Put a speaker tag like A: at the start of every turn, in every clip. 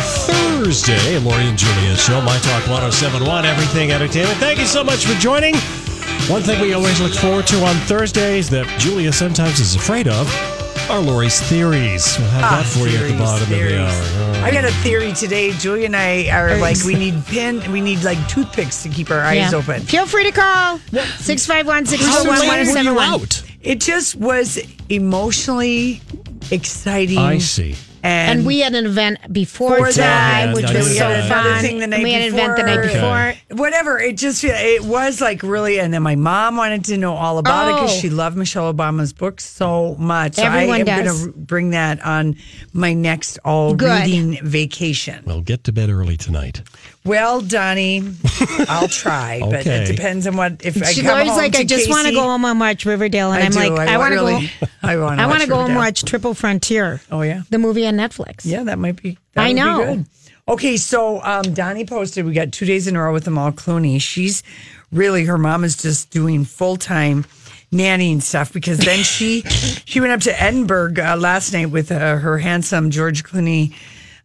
A: Thursday. Lori and Julia Show, My Talk 1071, Everything Entertainment. Thank you so much for joining. One thing we always look forward to on Thursdays that Julia sometimes is afraid of are Lori's theories. We'll have
B: Ah,
A: that for you at the
C: theories,
A: bottom
C: theories.
A: of the hour.
C: I got a theory today. Julie and I are like,
B: Thanks.
C: we need pin, we need like toothpicks to keep our eyes
B: Yeah.
C: open.
B: Feel free to call 651
A: How
B: 641
A: late were you
B: 1071.
A: out?
C: It just was emotionally exciting.
A: I see.
C: And,
B: And we had an event before
C: Before
B: that,
A: that,
B: which
A: yeah,
B: was
C: we
B: so
C: had another
B: fun.
C: thing the
B: And
C: night
B: we had an event the night
C: before.
B: before.
A: Okay.
C: whatever. It just it was like really, and then my mom wanted to know all about it
B: Oh.
C: because she loved Michelle Obama's book so much. So I
B: Everyone
C: am
B: does.
C: going to bring that on my next all
B: Good.
C: reading vacation.
A: Well, get to bed early tonight.
C: Well, Donnie, I'll try, but
A: Okay.
C: it depends on what if I
B: She's
C: come
B: always
C: home
B: like,
C: to
B: I just want to
C: Casey-
B: go home and watch Riverdale. And
C: I
B: I'm
C: do.
B: like, I, want to
C: really-
B: go.
C: I want.
B: I want to go and
C: Riverdale.
B: watch Triple Frontier.
C: Oh, yeah.
B: the movie on Netflix.
C: Yeah, that might be. That
B: I
C: would be
B: know.
C: good. Okay, so um, Donnie posted. We got two days in a row with Amal Clooney. She's really her mom is just doing full time nannying stuff because then she she went up to Edinburgh uh, last night with uh, her handsome George Clooney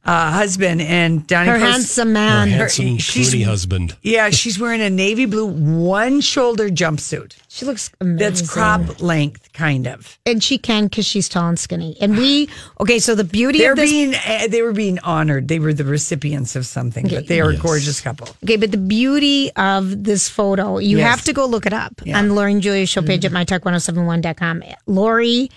C: uh, husband and Donnie.
B: her
C: posted-
B: handsome
A: Our
B: man.
A: handsome
C: she's-
A: Clooney husband.
C: Yeah, she's wearing a navy blue one shoulder jumpsuit
B: she looks amazing.
C: that's crop length, kind of.
B: and she can because she's tall and skinny. And we okay. So the beauty
C: They're
B: of this
C: being uh, they were being honored. They were the recipients of something, but they are
A: Yes.
C: a gorgeous couple.
B: Okay, but the beauty of this photo, you
C: Yes.
B: have to go look it up on Lori and Julia's show page at mytalk1071.com. Lori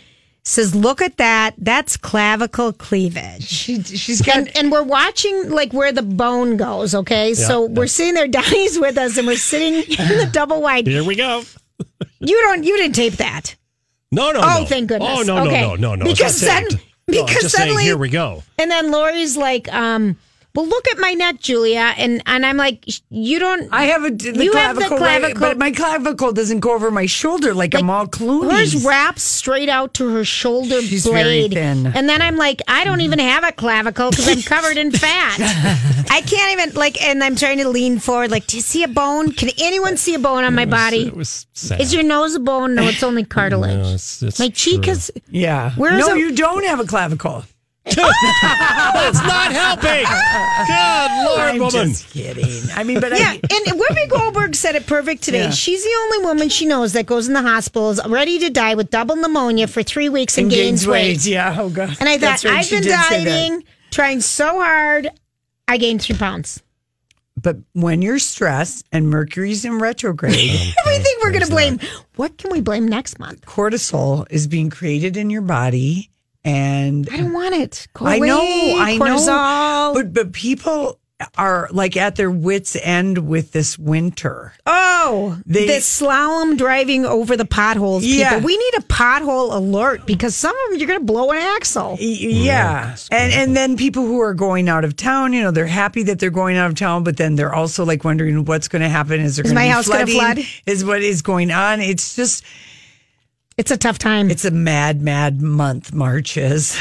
B: says, look at that. That's clavicle cleavage.
C: She she's got
B: And, and we're watching like where the bone goes, okay? so we're sitting there, Donnie's with us, and we're sitting in the double wide.
A: Here we go.
B: You don't, you didn't tape that.
A: No, no,
B: Oh,
A: no.
B: thank goodness.
A: Oh, no,
B: Okay.
A: no, no, no, no. It's
B: Because
A: not
B: then-
A: taped. No, I'm
B: because
A: just saying,
B: suddenly-
A: here we go.
B: And then Lori's like, um, well, look at my neck, Julia. And, and I'm like, you don't,
C: I have a the
B: You have the
C: clavicle, right,
B: clavicle-
C: but my clavicle doesn't go over my shoulder like, a Amal Clooney's.
B: Hers wraps straight out to her shoulder
C: She's very
B: blade.
C: thin.
B: And then I'm like, I don't even have a clavicle because I'm covered in fat. I can't even like, and I'm trying to lean forward. Like, do you see a bone? Can anyone see a bone on my body?
A: It was sad.
B: Is your nose a bone? No, it's only cartilage.
A: No, it's- it's
B: my cheek
A: true.
B: is.
C: yeah.
B: Where's
C: no,
B: a-
C: you don't have a clavicle.
A: It's not helping. Good Lord,
C: I'm
A: woman.
C: just kidding. I mean, but
B: Yeah,
C: I,
B: and Whoopi Goldberg said it perfect today.
C: Yeah.
B: She's the only woman she knows that goes in the hospitals ready to die with double pneumonia for three weeks and,
C: and
B: gains, weight.
C: Yeah. Oh God.
B: And I thought
C: That's right,
B: I've
C: she
B: been
C: did say that.
B: dieting, trying so hard. I gained three pounds.
C: But when you're stressed and Mercury's in retrograde,
B: Everything we're going to blame. What can we blame next month?
C: cortisol is being created in your body, and
B: I don't want it. Go
C: I
B: away,
C: know, I
B: cortisol.
C: know. But but people are like at their wits' end with this winter.
B: oh,
C: They-
B: the slalom driving over the potholes.
C: Yeah.
B: people. we need a pothole alert because some of them you're going to blow an axle.
C: Y- Yeah. And and then people who are going out of town, you know, they're happy that they're going out of town, but then they're also like wondering what's going to happen. Is there
B: Is
C: going to
B: my
C: be
B: house gonna
C: flooding?
B: flood?
C: Is what is going on? It's just
B: It's a tough time.
C: it's a mad mad month. March is.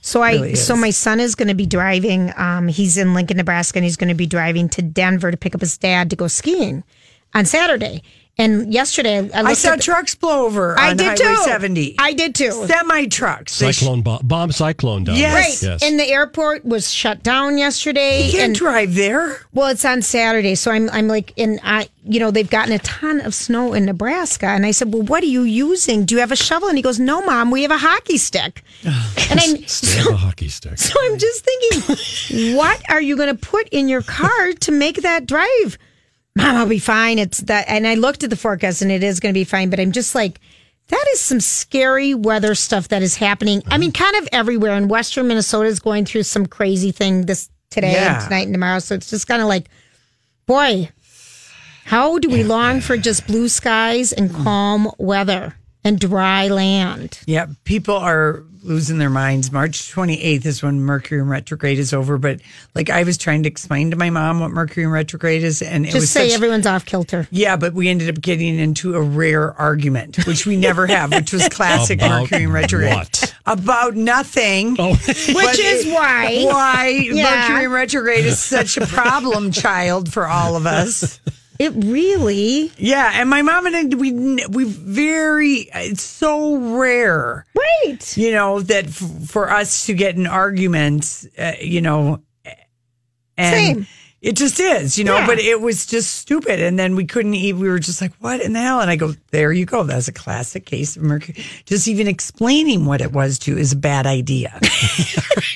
B: so I,
C: really
B: so
C: is.
B: my son is going to be driving. Um, he's in Lincoln, Nebraska, and he's going to be driving to Denver to pick up his dad to go skiing on Saturday. And yesterday, I, looked
C: I
B: at
C: saw
B: the-
C: trucks blow over.
B: I
C: on
B: did
C: Highway
B: too.
C: Seventy.
B: I did too.
C: Semi trucks.
A: Cyclone bo- bomb cyclone down. there.
C: Yes.
B: Right. And the airport was shut down yesterday.
C: you can't
B: and,
C: drive there.
B: well, it's on Saturday, so I'm I'm like, and I, you know, they've gotten a ton of snow in Nebraska, and I said, well, what are you using? Do you have a shovel? And he goes, no, mom, we have a hockey stick. and I'm
A: Stab a hockey stick.
B: so I'm just thinking, what are you going to put in your car to make that drive? Mom, I'll be fine. It's that, and I looked at the forecast, and it is going to be fine. But I'm just like, that is some scary weather stuff that is happening. I mean, kind of everywhere. And Western Minnesota is going through some crazy thing this today
C: Yeah.
B: and tonight and tomorrow. So it's just kind of like, boy, how do we long for just blue skies and calm weather and dry land?
C: Yeah, people are losing their minds. March 28th is when Mercury in retrograde is over. But like I was trying to explain to my mom what Mercury in retrograde is, and it was
B: Just say
C: such,
B: everyone's off kilter.
C: yeah, but we ended up getting into a rare argument, which we never have, which was classic
A: About
C: Mercury in retrograde.
A: what?
C: About nothing.
A: Oh,
B: Which
C: But
B: is
C: it-
B: why.
C: why
B: Yeah.
C: Mercury in retrograde is such a problem child for all of us.
B: It really.
C: Yeah, and my mom and I, we we very it's so rare,
B: Right.
C: you know, that f- for us to get in arguments, uh, you know, and
B: Same.
C: it just is, you know.
B: Yeah.
C: But it was just stupid, and then we couldn't eat. We were just like, "What in the hell?" And I go, "There you go. That's a classic case of mercury." Just even explaining what it was to is a bad idea.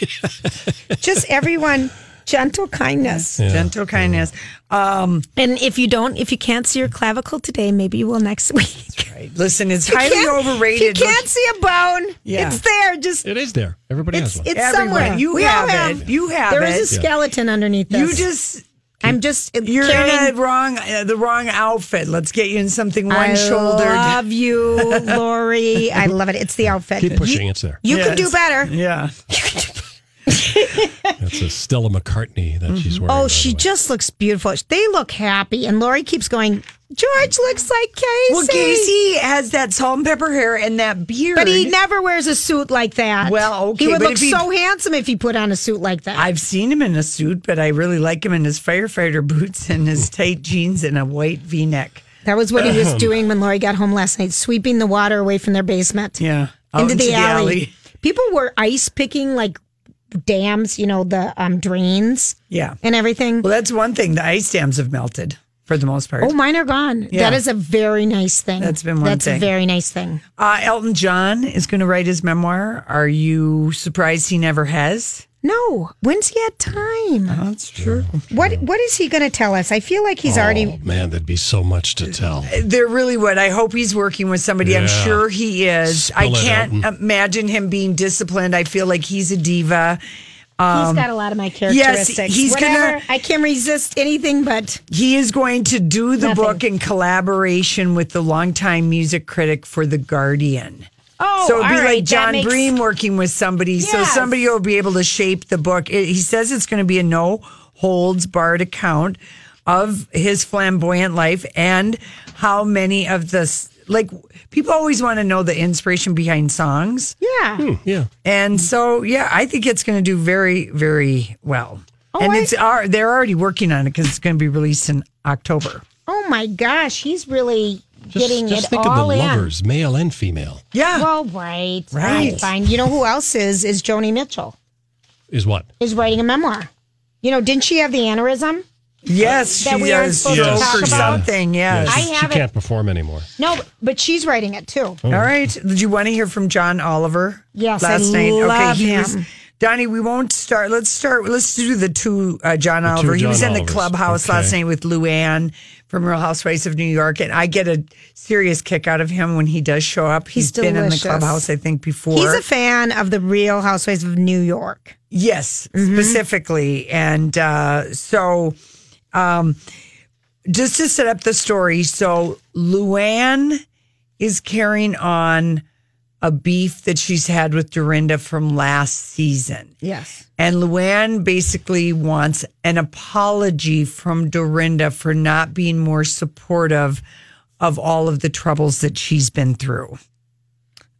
B: Just everyone, gentle kindness.
C: Gentle kindness. Um,
B: And if you don't, if you can't see your clavicle today, maybe you will next week.
C: right. Listen, it's highly
B: Can't-
C: overrated.
B: If you can't see a bone,
C: Yeah.
B: it's there. Just
A: It is there. Everybody
B: it's
A: has one.
B: it's
C: Everyone.
B: somewhere.
C: You
B: we all
C: have it.
B: have.
C: You have
B: There
C: it.
B: is a skeleton underneath this.
C: you just
B: I'm just
C: You're
B: carrying
C: in a wrong, uh, the wrong outfit. Let's get you in something
B: I
C: one-shouldered.
B: love you, Lori. I love it. It's the outfit.
A: Keep pushing. it's there.
B: You can do
C: Yes.
B: better.
C: yeah,
A: That's a Stella McCartney that she's wearing. by
B: Oh,
A: the
B: she
A: way.
B: just looks beautiful. They look happy, and Lori keeps going. George looks like Casey.
C: well, Casey has that salt and pepper hair and that beard.
B: But he never wears a suit like that.
C: Well, okay,
B: He would
C: but
B: look
C: if he-
B: so handsome if he put on a suit like that.
C: I've seen him in a suit, but I really like him in his firefighter boots and his tight jeans and a white V-neck.
B: that was what he was doing when Lori got home last night, sweeping the water away from their basement.
C: Yeah, out
B: Into, the, alley. People were ice picking like dams, you know, the um, drains
C: Yeah.
B: and everything.
C: Well, that's one thing. The ice dams have melted for the most part.
B: Oh, mine are gone.
C: Yeah.
B: That is a very nice thing.
C: That's been one
B: That's
C: thing.
B: a very nice thing.
C: Uh, Elton John is going to write his memoir. Are you surprised he never has?
B: No, when's he had time?
C: That's true.
B: What What is he going to tell us? I feel like he's
A: Oh,
B: already.
A: man, that'd be so much to tell.
C: There really would. I hope he's working with somebody. I'm
A: Yeah.
C: sure he is.
A: Spill
C: I
A: it, Mm.
C: can't
A: Elton.
C: imagine him being disciplined. I feel like he's a diva.
B: he's got a lot of my characteristics.
C: Oh, um, he's gonna-
B: Whatever. I can resist anything, but
C: He is going to do the
B: Nothing.
C: book in collaboration with the longtime music critic for The Guardian.
B: oh,
C: so it'd be
B: all
C: like
B: right, that
C: John
B: makes-
C: Bream working with somebody. So
B: Yes.
C: somebody will be able to shape the book. It, he says it's going to be a no holds barred account of his flamboyant life and how many of the s- like people always want to know the inspiration behind songs.
B: Yeah.
A: Yeah.
C: And so, yeah, I think it's going to do very, very well.
B: Oh,
C: and
B: I-
C: it's are they're already working on it because it's going to be released in October.
B: Oh my gosh, he's really
A: Just,
B: getting
A: just
B: it
A: think of the
B: all in.
A: lovers, male and female,
C: Yeah,
B: Well, right,
C: Right.
B: right, fine. You know who else is? Is Joni Mitchell
A: is what?
B: is writing a memoir. You know, didn't she have the aneurysm?
C: yes,
B: that
C: she
B: we aren't
C: has
B: supposed
A: to
C: stroke
A: talk
C: or
A: about?
C: something. Yes.
A: she,
B: I have
A: she
B: it.
A: can't perform anymore.
B: No, but she's writing it too.
C: Oh. All right. Did you want to hear from John Oliver?
B: Oh. Yes, I
C: last night.
B: love
C: okay, he
B: him.
C: was. Donnie, we won't start. Let's start. Let's do the two uh, John Oliver. he
A: John
C: was in the
A: Olivers.
C: clubhouse last
A: Okay.
C: night with Luann from Real Housewives of New York, and I get a serious kick out of him when he does show up.
B: He's
C: been in the
B: delicious.
C: clubhouse, I think, before.
B: He's a fan of the Real Housewives of New York.
C: Yes, specifically. And uh, so, um, just to set up the story, so Luann is carrying on a beef that she's had with Dorinda from last season.
B: Yes.
C: And Luann basically wants an apology from Dorinda for not being more supportive of all of the troubles that she's been through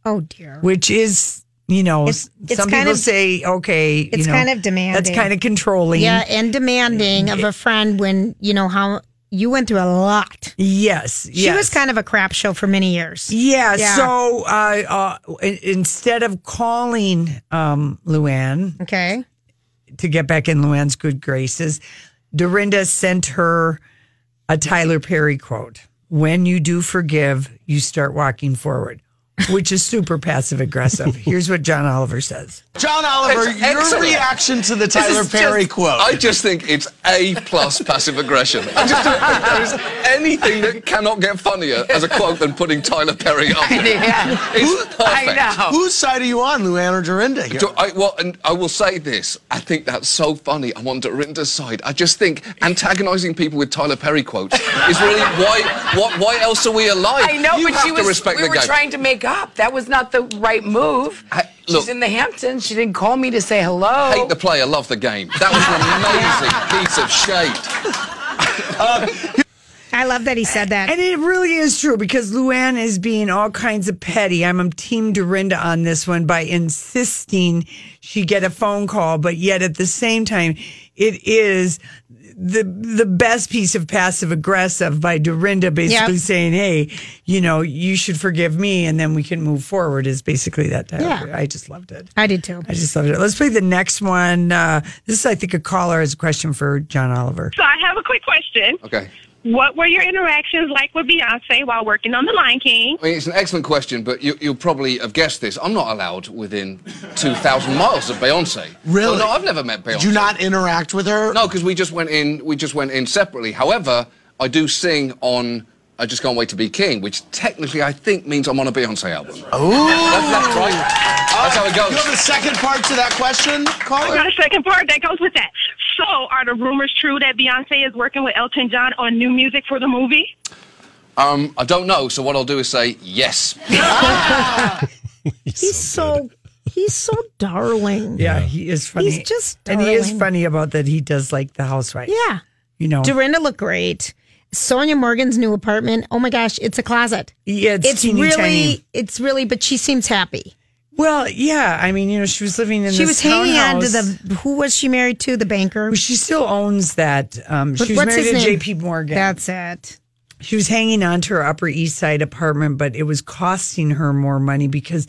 B: Oh dear.
C: which is you know
B: It's- it's
C: some
B: kind
C: people
B: of-
C: say okay you
B: it's
C: know,
B: kind of
C: that's
B: demanding.
C: kind of controlling
B: Yeah, and demanding of a friend when you know how you went through a lot.
C: yes
B: She was kind of a crap show for many years.
C: yeah,
B: Yeah.
C: so uh, uh, in- instead of calling um, Luann
B: Okay.
C: to get back in Luann's good graces, Dorinda sent her a Tyler Perry quote When you do forgive, you start walking forward, which is super passive aggressive. Here's what John Oliver says.
D: John Oliver,
E: It's
D: your
E: excellent.
D: reaction to the
E: This
D: Tyler
E: is
D: Perry
E: just-
D: quote.
E: I just think it's A plus passive aggression. I just don't think there is anything that cannot get funnier as a quote than putting Tyler Perry up. there. It's perfect.
D: I know. Whose side are you on, Luann or Dorinda? Here?
E: Do- I, well, and I will say this. I think that's so funny. I'm on Dorinda's side. I just think antagonising people with Tyler Perry quotes is really why. What? Why else are we alive?
F: I know,
E: you
F: but
E: have
F: she
E: to
F: was.
E: respect
F: we
E: the
F: were
E: game.
F: trying to make up. That was not the right move.
E: I- look-
F: She's in the Hamptons. She didn't call me to say hello.
E: Hate the player, love the game. That was an amazing piece of shade.
B: I love that he said that.
C: And it really is true because Luann is being all kinds of petty. I'm a team Dorinda on this one by insisting she get a phone call, but yet at the same time, it is the the best piece of passive aggressive by Dorinda basically
B: Yep.
C: saying, "Hey, you know, you should forgive me, and then we can move forward." Is basically that.
B: Yeah.
C: I just loved it.
B: I did too.
C: I just loved it. Let's play the next one. Uh, this is, I think, a caller has a question for John Oliver.
G: So I have a quick question.
E: Okay.
G: What were your interactions like with Beyonce while working on The Lion King?
E: I mean, it's an excellent question, but you, you'll probably have guessed this. I'm not allowed within 2,000 miles of Beyonce.
D: Really?
E: Well, no, I've never met Beyonce.
D: Did you not interact with her?
E: No, because we just went in. We just went in separately. However, I do sing on. I just can't wait to be king, which technically I think means I'm on a Beyonce album.
D: Ooh.
E: That's, that's right. That's how it
D: You have a
E: goes.
D: second part to that question,
G: I
D: caller?
G: got a second part that goes with that. So are the rumors true that Beyonce is working with Elton John on new music for the movie?
E: Um, I don't know. So what I'll do is say yes.
B: He's so he's so darling.
C: Yeah, he is funny.
B: He's just
C: and he is
B: darling.
C: funny about that. He does like the housewife.
B: Yeah.
C: you know,
B: Dorinda looked great. Sonia Morgan's new apartment. Oh my gosh, it's a closet.
C: yeah, it's,
B: It's
C: teeny
B: really,
C: tiny.
B: it's really, but she seems happy.
C: Well, yeah. I mean, you know, she was living in
B: She
C: this
B: was hanging on to
C: townhouse.
B: the, who was she married to? The banker.
C: Well, she still owns that. Um,
B: But
C: she was
B: what's
C: married
B: his
C: to
B: name?
C: J.P. Morgan.
B: That's it.
C: she was hanging on to her Upper East Side apartment, but it was costing her more money because,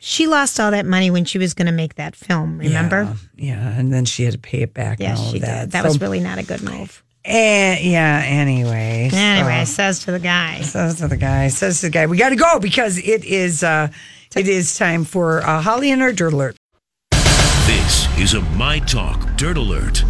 B: She lost all that money when she was going to make that film, remember?
C: yeah, and then she had to pay it back.
B: Yeah,
C: and all
B: she
C: of that.
B: did. That
C: So-
B: was really not a good move.
C: Eh, yeah. Anyway.
B: Anyway, says to the guy.
C: Says to the guy. Says to the guy. We got to go because it is. uh It is time for uh, Holly and her dirt alert.
H: This is a My Talk Dirt Alert.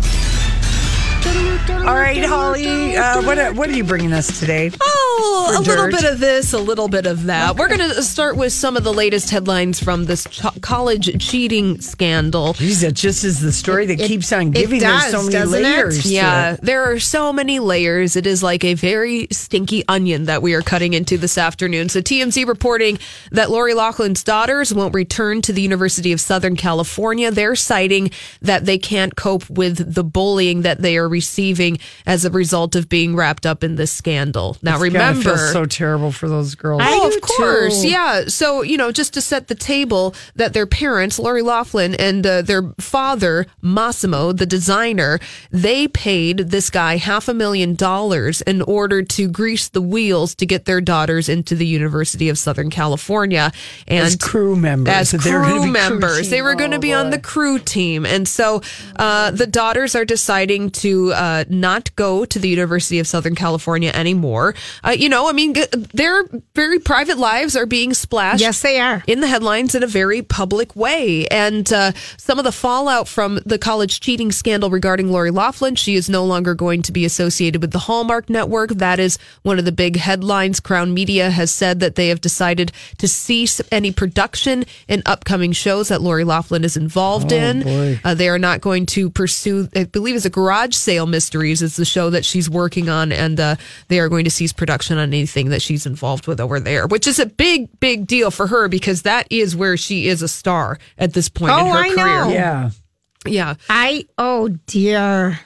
C: All right, Holly. Uh, what are- what are you bringing us today?
I: Oh,
C: For
I: a
C: dirt.
I: little bit of this, a little bit of that. We're going to start with some of the latest headlines from this cho- college cheating scandal.
C: Geez, that just is the story that keeps on giving. There's so
B: does,
C: many
B: doesn't it?
C: layers. to
I: Yeah, there are so many layers. It is like a very stinky onion that we are cutting into this afternoon. So TMZ reporting that Lori Loughlin's daughters won't return to the University of Southern California. They're citing that they can't cope with the bullying that they are receiving as a result of being wrapped up in this scandal. Now,
C: It's gotta
I: remember,
C: feel so terrible for those girls.
B: I
I: Oh,
B: do
I: of course,
B: too.
I: yeah. So you know, just to set the table, that their parents, Lori Laughlin, and uh, their father Massimo, the designer, they paid this guy half a million dollars in order to grease the wheels to get their daughters into the University of Southern California and
C: As crew members,
I: As
C: so they were
I: crew
C: gonna be crew
I: members, they
C: team.
I: were going to
C: Oh,
I: be on the
C: boy.
I: crew team, and so uh, the daughters are deciding to uh, not go to the University of Southern California anymore. Uh, you know, I mean, g- their very private lives are being splashed.
B: Yes, they are.
I: in the headlines in a very public way, and uh, some of the fallout from the college cheating scandal regarding Lori Laughlin. She is no longer going to be associated with the Hallmark Network. That is one of the big headlines. Crown Media has said that they have decided to cease any production in upcoming shows that Lori Laughlin is involved in. Uh, they are not going to pursue, I believe it's a garage sale mysteries is the show that she's working on. And uh, they are going to cease production on anything that she's involved with over there, which is a big, big deal for her because that is where she is a star at this point in
B: Oh,
I: her
B: I
I: career.
B: know.
C: yeah.
I: Yeah.
B: I, oh dear.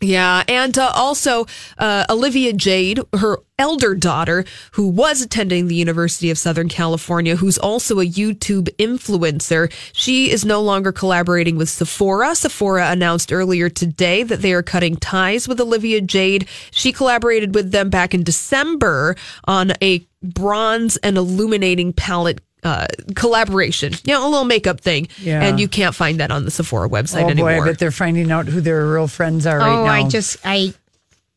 I: Yeah, and uh, also uh, Olivia Jade, her elder daughter, who was attending the University of Southern California, who's also a YouTube influencer, she is no longer collaborating with Sephora. Sephora announced earlier today that they are cutting ties with Olivia Jade. She collaborated with them back in December on a bronze and illuminating palette. Uh, collaboration, you know, a little makeup thing,
C: Yeah.
I: and you can't find that on the Sephora website
C: Oh
I: anymore.
C: boy, I bet they're finding out who their real friends are right
B: oh,
C: now.
B: I just, I,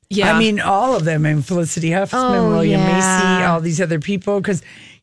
I: yeah,
C: I mean, all of them, and Felicity Huffman,
B: Oh,
C: William Macy,
B: yeah.
C: all these other people, because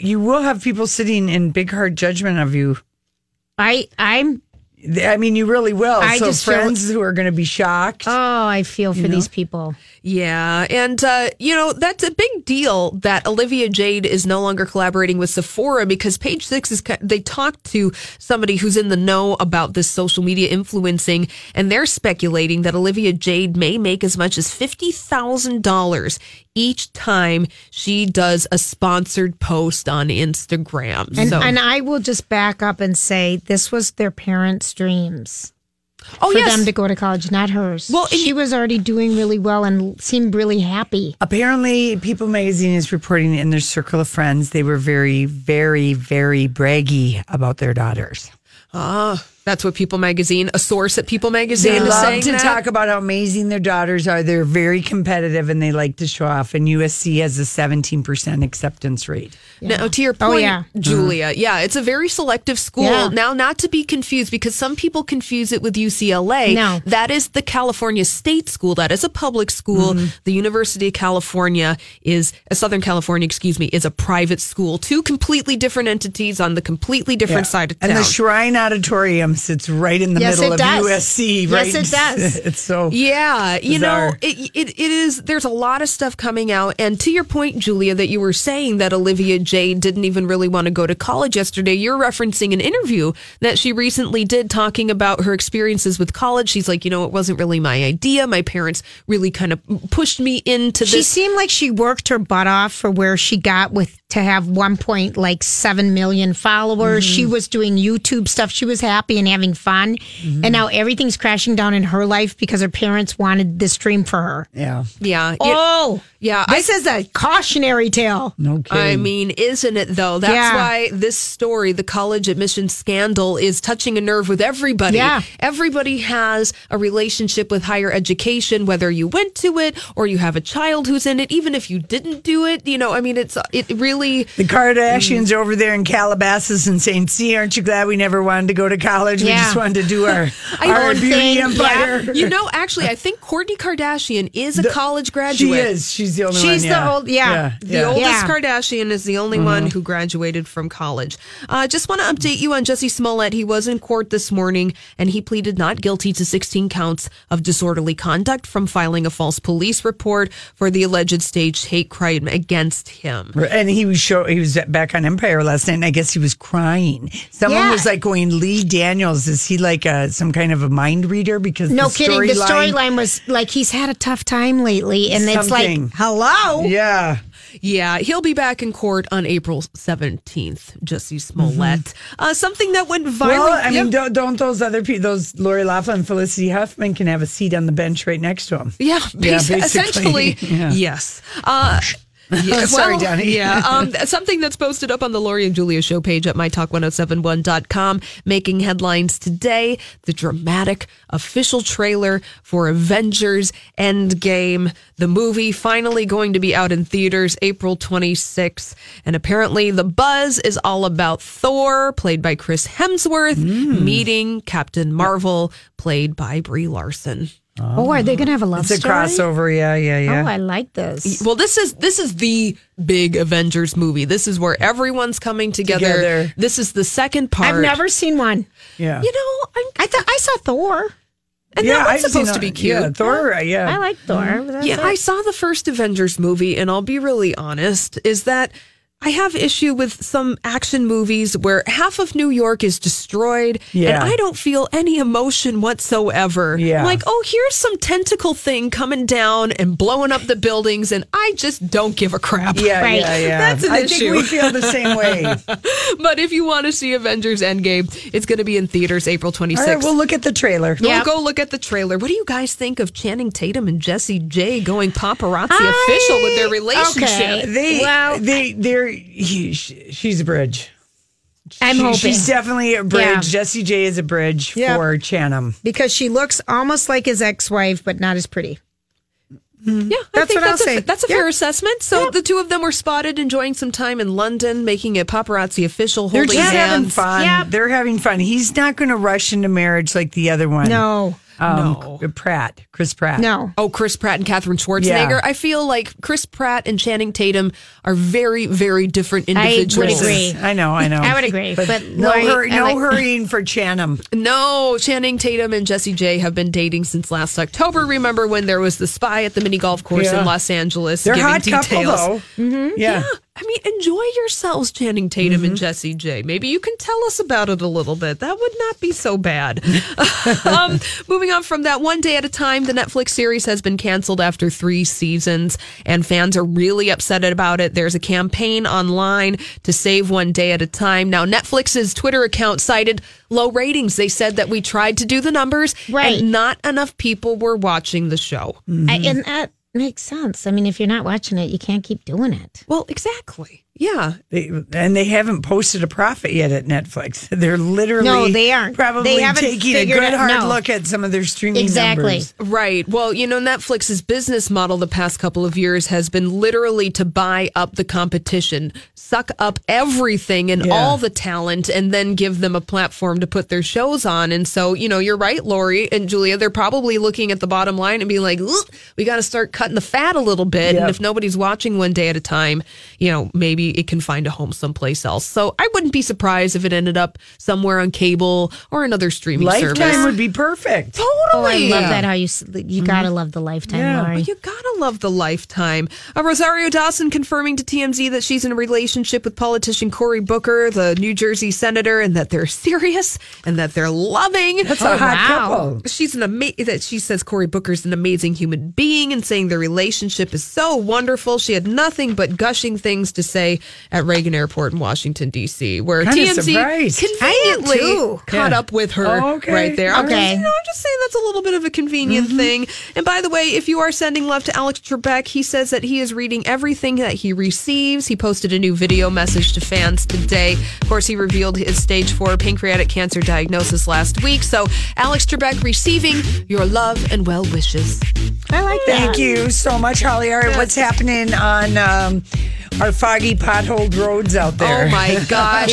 C: You will have people sitting in big hard judgment of you.
B: I I'm
C: I mean, you really will.
B: I
C: so
B: just feel-
C: friends who are going to be shocked.
B: oh I feel for these people.
I: Yeah, and uh, you know that's a big deal that Olivia Jade is no longer collaborating with Sephora because Page Six is ki- they talked to somebody who's in the know about this social media influencing, and they're speculating that Olivia Jade may make as much as fifty thousand dollars each time she does a sponsored post on Instagram.
B: And
I: so,
B: and I will just back up and say this was their parents' dreams.
I: oh
B: for
I: yes,
B: them to go to college, not hers.
I: Well,
B: Well,
I: and
B: she was already doing really well and seemed really happy.
C: Apparently, People Magazine is reporting in their circle of friends, they were very, very, very braggy about their daughters.
I: ah, that's what People Magazine, a source at People Magazine,
C: They
I: is
C: love
I: saying
C: to
I: that.
C: talk about how amazing their daughters are. They're very competitive and they like to show off. And USC has a 17% acceptance rate.
I: Now, to your
B: Oh,
I: point,
B: yeah.
C: Mm-hmm.
I: Julia, yeah, it's a very selective school.
B: Yeah.
I: Now, not to be confused because some people confuse it with UCLA.
B: No.
I: That is the California State School. That is a public school.
B: Mm-hmm.
I: The University of California is, uh, Southern California, excuse me, is a private school. Two completely different entities on the completely different side of town.
C: And the Shrine Auditorium sits right in the
B: Yes,
C: middle
B: it
C: of
B: does.
C: USC,
B: Yes,
C: right?
B: it does.
C: it's so.
I: Yeah, you know,
C: Bizarre.
I: it, it it is. There's a lot of stuff coming out, and to your point, Julia, that you were saying that Olivia Jade didn't even really want to go to college yesterday. You're referencing an interview that she recently did talking about her experiences with college. She's like, you know, it wasn't really my idea. My parents really kind of pushed me into
B: She
I: this.
B: seemed like she worked her butt off for where she got with to have one point like seven million followers.
I: Mm-hmm.
B: She was doing YouTube stuff. She was happy and having fun,
I: Mm-hmm.
B: and now everything's crashing down in her life because her parents wanted this dream for her.
C: Yeah.
I: yeah, yeah,
B: Oh,
I: yeah. I
B: this is a cautionary tale.
C: No kidding.
I: I mean, isn't it though? That's
B: Yeah.
I: why this story, the college admission scandal, is touching a nerve with everybody.
B: Yeah.
I: Everybody has a relationship with higher education, whether you went to it or you have a child who's in it, even if you didn't do it. You know, I mean, it's it really.
C: The Kardashians
B: mm.
C: over there in Calabasas and St. C, aren't you glad we never wanted to go to college? We
B: Yeah.
C: just wanted to do our,
I: I
C: our
I: don't
C: beauty
B: think-
C: empire.
I: You know, actually, I think Kourtney Kardashian is a college graduate.
C: She is. She's the only one.
B: She's the
C: yeah.
B: old- yeah.
I: The
C: yeah. Mm-hmm.
I: oldest
B: Yeah.
I: Kardashian is the only one who graduated from college. Uh, just want to update you on Jesse Smollett. He was in court this morning and he pleaded not guilty to 16 counts of disorderly conduct from filing a false police report for the alleged staged hate crime against him.
C: And he was show he was back on Empire last night, and I guess he was crying. Someone
B: Yeah.
C: was like going, "Lee Daniels is he like a, some kind of a mind reader?" Because
B: No
C: the
B: kidding. The
C: storyline-
B: storyline was like he's had a tough time lately, and
C: Something. Oh,
B: it's like, hello.
C: Yeah,
I: Yeah, he'll be back in court on April 17th, Jesse Smollett. Uh, something that went viral.
C: Mm-hmm. well, I mean,
I: Yep.
C: don't, don't those other people, those Lori Laughlin, Felicity Huffman, can have a seat on the bench right next to him?
I: Yeah,
C: Yeah, basically,
I: basi- essentially,
C: yeah.
I: yes. Uh, yeah,
C: Sorry,
I: well,
C: Donnie.
I: yeah, um, th- something that's posted up on the Lori and Julia show page at mytalk1071.com, making headlines today. The dramatic official trailer for Avengers Endgame, the movie finally going to be out in theaters April 26th. And apparently, the buzz is all about Thor, played by Chris Hemsworth,
C: Mm.
I: meeting Captain Marvel, played by Brie Larson.
B: Oh, are they going to have a love
C: It's a
B: story?
C: crossover. Yeah, yeah,
B: Oh,
C: yeah.
B: I like this.
I: Well, this is this is the big Avengers movie. This is where everyone's coming together.
C: Together.
I: This is the second part.
B: I've never seen one.
C: yeah.
I: you know, I'm,
B: I thought I saw Thor.
I: and
C: yeah,
I: that one's
C: I've
I: supposed
C: seen
I: to
C: a-
I: be cute. Oh,
C: Yeah, Thor. Yeah,
B: I like Thor. but that's
I: Yeah,
B: it.
I: I saw the first Avengers movie, and I'll be really honest, is that I have issue with some action movies where half of New York is destroyed
C: Yeah.
I: and I don't feel any emotion whatsoever.
C: Yeah.
I: Like, oh, here's some tentacle thing coming down and blowing up the buildings and I just don't give a crap.
C: Yeah, Right. yeah, yeah.
I: That's an
C: I think
I: issue.
C: we feel the same way.
I: but if you want to see Avengers Endgame, it's going to be in theaters April 26th.
C: All right, we'll look at the trailer.
I: Go, go look at the trailer. What do you guys think of Channing Tatum and Jesse J going paparazzi
B: I-
I: official with their relationship?
B: Okay.
C: They,
B: Well-
C: they, they're. He, she, she's a bridge.
B: I'm
C: She-
B: hoping
C: she's definitely a bridge.
B: Yeah.
C: Jesse J is a bridge
B: Yep.
C: for Channing.
B: because she looks almost like his ex-wife, but not as pretty.
I: Yeah,
B: That's what I'll
I: that's a,
B: say.
I: That's a fair assessment. So the two of them were spotted enjoying some time in London, making a paparazzi official,
C: They're
I: holding
C: just having
I: hands.
C: fun. They're having fun. He's not going to rush into marriage like the other one.
B: No,
C: Um, Pratt, Chris Pratt.
B: no.
I: Oh, Chris Pratt and Katherine Schwarzenegger.
C: Yeah.
I: I feel like Chris Pratt and Channing Tatum are very, very different individuals.
B: agree.
C: I know, I know.
B: I would agree, but
C: no,
B: Lori,
C: hurry,
B: I
C: no
B: like-
C: hurrying for Channing.
I: No, Channing Tatum and Jesse J have been dating since last October. Remember when there was the spy at the mini golf course
C: Yeah.
I: in Los Angeles?
C: They're
I: giving
C: hot
I: details.
C: couple though. Mm-hmm. Yeah.
I: I mean, enjoy yourselves, Channing Tatum and Jesse J. Maybe you can tell us about it a little bit. That would not be so bad. um, moving on from that, one day at a time, the Netflix series has been canceled after three seasons, and fans are really upset about it. There's a campaign online to save one day at a time. Now, Netflix's Twitter account cited low ratings. They said that we tried to do the numbers,
B: Right. Mm.
I: and not enough people were watching the show.
B: I,
C: Mm-hmm.
B: and that makes sense. I mean, if you're not watching it, you can't keep doing it.
I: Well, exactly. Yeah.
C: They, and they haven't posted a profit yet at Netflix. They're literally
B: No, they aren't.
C: Probably
B: They haven't
C: taking a
B: figured
C: good
B: it-
C: hard
B: no.
C: look at some of their streaming
B: Exactly.
C: numbers.
I: Right. Well, you know, Netflix's business model the past couple of years has been literally to buy up the competition, suck up everything and
C: Yeah.
I: all the talent, and then give them a platform to put their shows on. And so, you know, you're right, Lori and Julia. They're probably looking at the bottom line and being like, "Ugh, we got to start cutting the fat a little bit.
C: Yep.
I: And if nobody's watching one day at a time, you know, maybe it can find a home someplace else. So I wouldn't be surprised if it ended up somewhere on cable or another streaming
C: Lifetime
I: service.
C: would be perfect.
B: Oh, I
I: Totally.
B: love that. How you s- you gotta love the lifetime,
C: Mm-hmm. Yeah.
B: Lori.
I: But you gotta love the lifetime. Uh, Rosario Dawson confirming to TMZ that she's in a relationship with politician Cory Booker, the New Jersey senator, and that they're serious and that they're loving. Oh,
C: That's a hot couple.
I: She's an ama- that she says Cory Booker's an amazing human being and saying their relationship is so wonderful. She had nothing but gushing things to say at Reagan Airport in Washington D.C., where
C: Kinda
I: TMZ
C: surprised.
I: conveniently
B: too.
I: caught
C: Yeah.
I: up with her
C: Oh, okay.
I: right there. I'm
B: Okay.
I: just, you know, I'm just saying that's a little bit of a convenient thing. And by the way, if you are sending love to Alex Trebek, he says that he is reading everything that he receives. He posted a new video message to fans today. Of course, he revealed his stage four pancreatic cancer diagnosis last week. So, Alex Trebek receiving your love and well wishes.
B: I like that.
C: Thank you so much, Holly. All right, what's happening on um, our foggy potholed roads out there?
I: Oh my gosh.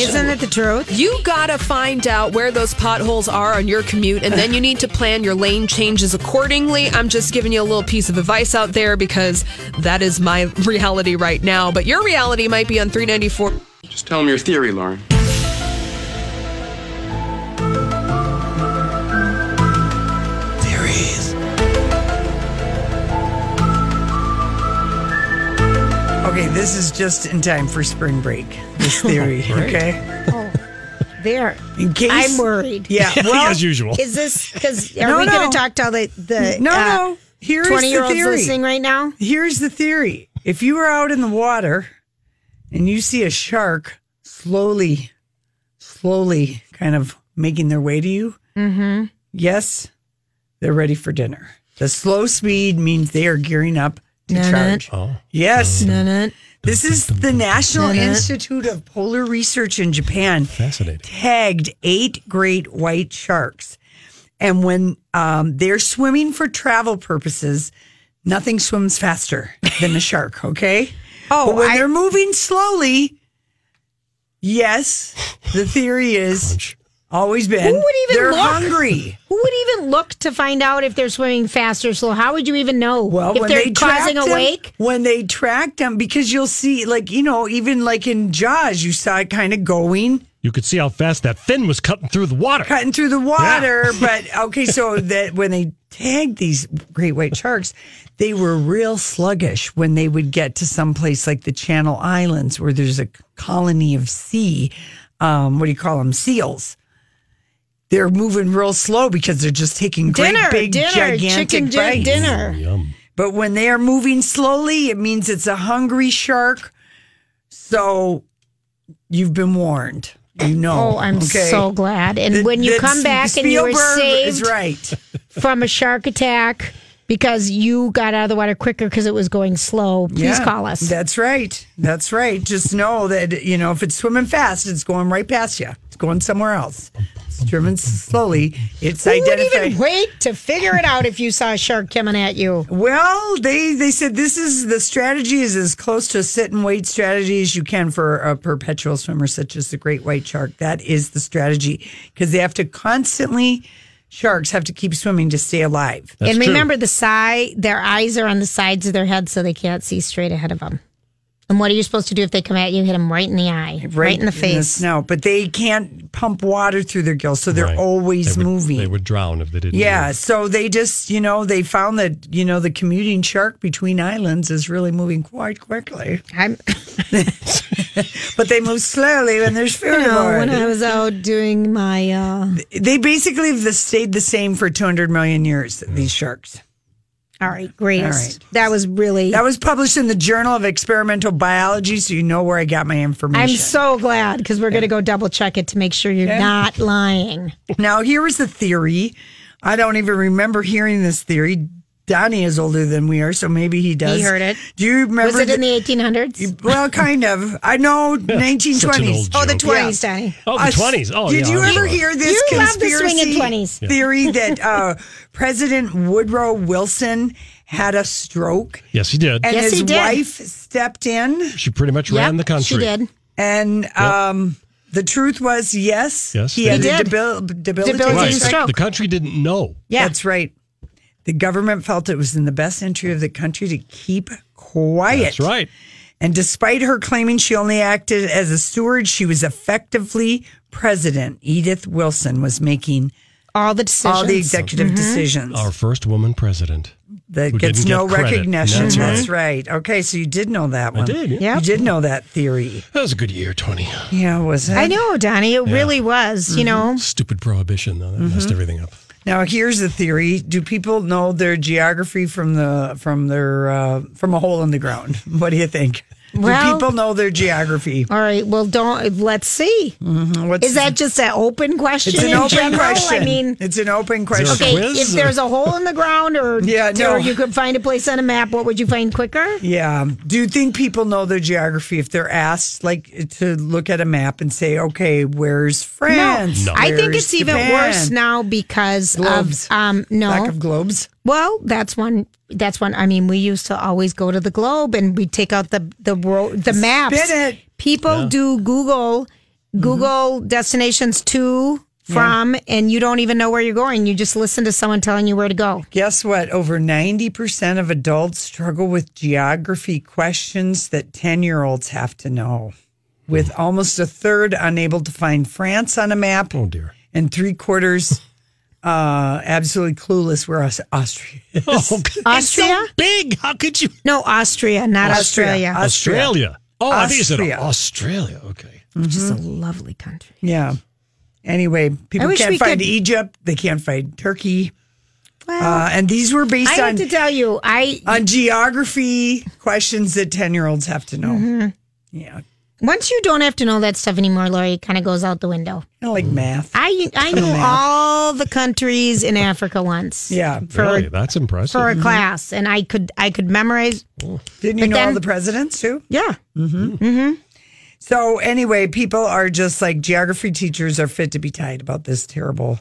B: Isn't it the truth?
I: You gotta find out where those potholes are on your commute, and then you need to plan your lane changes accordingly. I'm just giving you a little piece of advice out there because that is my reality right now. But your reality might be on 394.
J: Just tell him your theory, Lauren.
C: Okay, this is just in time for spring break. This theory, okay?
B: There.
C: In case
B: I'm worried.
C: Yeah, well,
A: as usual.
B: Is this because are
C: No,
B: we
C: no.
B: going to talk to all the the
C: No, no. Here is the
B: twenty year olds
C: theory.
B: Uh, listening right now?
C: Here's the theory. If you are out in the water and you see a shark slowly, slowly kind of making their way to you, mm-hmm. yes, they're ready for dinner. The slow speed means they are gearing up to
B: No, no.
C: charge. Yes.
B: Dun-dun.
C: This is the National
B: Dun-dun.
C: Institute of Polar Research in Japan
A: Fascinating.
C: tagged eight great white sharks. And when um, they're swimming for travel purposes, nothing swims faster than a shark, okay?
B: Oh,
C: but when
B: I-
C: they're moving slowly, yes, the theory is always been
B: Who would even
C: they're
B: look?
C: hungry.
B: Who would even look to find out if they're swimming fast or slow? How would you even know
C: Well,
B: if
C: when
B: they're
C: they
B: causing
C: tracked
B: a
C: them-
B: wake?
C: when they tracked them, because you'll see, like you know, even like in Jaws, you saw it kind of going
A: You could see how fast that fin was cutting through the water.
C: Cutting through the water, but okay, so that when they tagged these great white sharks, they were real sluggish when they would get to some place like the Channel Islands where there's a colony of sea, um, what do you call them, seals. They're moving real slow because they're just taking great
B: Dinner,
C: big
B: dinner,
C: gigantic
B: chicken di-
C: bites.
B: dinner.
C: But when they are moving slowly, it means it's a hungry shark. So you've been warned. You know.
B: Oh, I'm so glad. And
C: That-
B: when you
C: that
B: come back and you were
C: Spielberg is
B: saved
C: right.
B: from a shark attack because you got out of the water quicker because it was going slow, please
C: Yeah,
B: call us.
C: That's right. That's right. Just know that you know if it's swimming fast, it's going right past you. It's going somewhere else. It's swimming slowly. It's
B: Who would even
C: identified.
B: wait to figure it out if you saw a shark coming at you?
C: Well, they they said this is the strategy is as close to a sit and wait strategy as you can for a perpetual swimmer such as the great white shark. That is the strategy because they have to constantly sharks have to keep swimming to stay alive.
B: and remember, the side, their eyes are on the sides of their head, so they can't see straight ahead of them. And what are you supposed to do if they come at you? Hit them right in the eye, right, in the face.
C: No, but they can't pump water through their gills, so they're always
A: They would-
C: moving.
A: They would drown if they didn't.
C: Yeah, so they just, you know, they found that, you know, the commuting shark between islands is really moving quite quickly.
B: I'm-
C: but they move slowly when there's food
B: You know, when
C: aboard.
B: I was out doing my uh,
C: They basically have just stayed the same for 200 million years,
A: Hmm.
C: these sharks.
B: all right, greatest. That was really.
C: That was published in the Journal of Experimental Biology, so you know where I got my information.
B: I'm so glad because we're going to go double check it to make sure you're not lying.
C: Now, here is the theory. I don't even remember hearing this theory. Donnie is older than we are, so maybe he does.
B: He heard it.
C: Do you remember?
B: Was it in
C: the-
B: the 1800s?
C: Well, kind of. I know 1920s.
A: old
B: Oh, the
A: joke.
B: 20s, Danny.
A: Oh, the
C: Us-
A: 20s. Oh,
C: did
A: yeah,
C: you
A: I'm
C: ever
A: sorry.
C: hear this
B: You love the
C: conspiracy
B: swinging 20s. Yeah.
C: theory that uh, President Woodrow Wilson had a stroke
A: Yes, he did.
C: and
B: Yes,
C: his
B: he did.
C: wife stepped in?
A: she pretty much ran the country.
B: She did.
C: And um, the truth was, yes,
A: Yes,
C: he
A: they
C: had
A: did.
C: a debil- debilitating
A: Right.
B: Debilitating
C: stroke.
B: stroke.
A: The country didn't know.
B: Yeah.
C: That's right. The government felt it was in the best interest of the country to keep quiet.
A: That's right.
C: And despite her claiming she only acted as a steward, she was effectively president. Edith Wilson was making
B: All the decisions. Mm-hmm.
C: all the executive decisions
A: Our first woman president.
C: that
A: who
C: gets
A: didn't
C: no
A: get credit.
C: recognition.
A: That's
C: That's,
A: right.
C: right. Okay, so you did know that one.
A: did, yeah.
B: Yep.
C: You did know that theory.
A: That was a good year, 20.
C: Yeah, was it?
B: I know, Donnie. It really was. You know,
A: Stupid prohibition, though. That messed
B: Mm-hmm.
A: everything up.
C: Now here's the theory: Do people know their geography from the from their uh, from a hole in the ground? What do you think? do
B: Well-
C: people know their geography?
B: all right. Well, don't. Let's see.
C: What's,
B: Is that just an open question?
C: it's an
B: in
C: open
B: general?
C: question.
B: I mean,
C: it's an open question.
B: okay.
A: quiz
B: If
A: or-
B: there's a hole in the ground, or
C: Yeah, no.
B: or you could find a place on a map, what would you find quicker?
C: Yeah. Do you think people know their geography if they're asked, like, to look at a map and say, "Okay, where's France?
B: I think
C: Where's
B: it's even
C: Japan?
B: worse now because
C: Globes.
B: of um no
C: Lack of globes.
B: Well, that's one. That's one. I mean, we used to always go to the Globe and we take out the the road, the maps.
C: it. Mm-hmm.
B: People do Google Google destinations to from, and you don't even know where you're going. You just listen to someone telling you where to go.
C: Guess what? Over 90% of adults struggle with geography questions that 10 year olds have to know, with almost a third unable to find France on a map
A: Oh, dear.
C: and three quarters uh, absolutely clueless where Aus- Austria is.
A: Oh,
B: Austria?
A: Big. How could you?
B: No, Austria, not Australia,
C: Austria.
A: Australia. Oh, I think you said
C: Austria.
A: Australia. Okay.
B: which is a
C: Mm-hmm.
B: lovely country.
C: Yeah. Anyway, people
B: wish
C: can't
B: we
C: find
B: could-
C: Egypt. They can't find Turkey.
B: Well,
C: Uh, and these were based
B: I
C: on,
B: have to tell you, I
C: on geography questions that 10 year olds have to know.
B: Mm-hmm.
C: Yeah.
B: once you don't have to know that stuff anymore, Lori, it kind of goes out the window.
C: Kind of like math.
B: I
C: Oh,
B: I knew all the countries in Africa once.
C: Yeah. Mm-hmm.
B: For
A: really? That's impressive.
B: for a class, and I could I could memorize.
C: Didn't you
B: But
C: know all
B: then-
C: the presidents too?
B: Yeah,
C: So anyway, people are just like geography teachers are fit to be tied about this terrible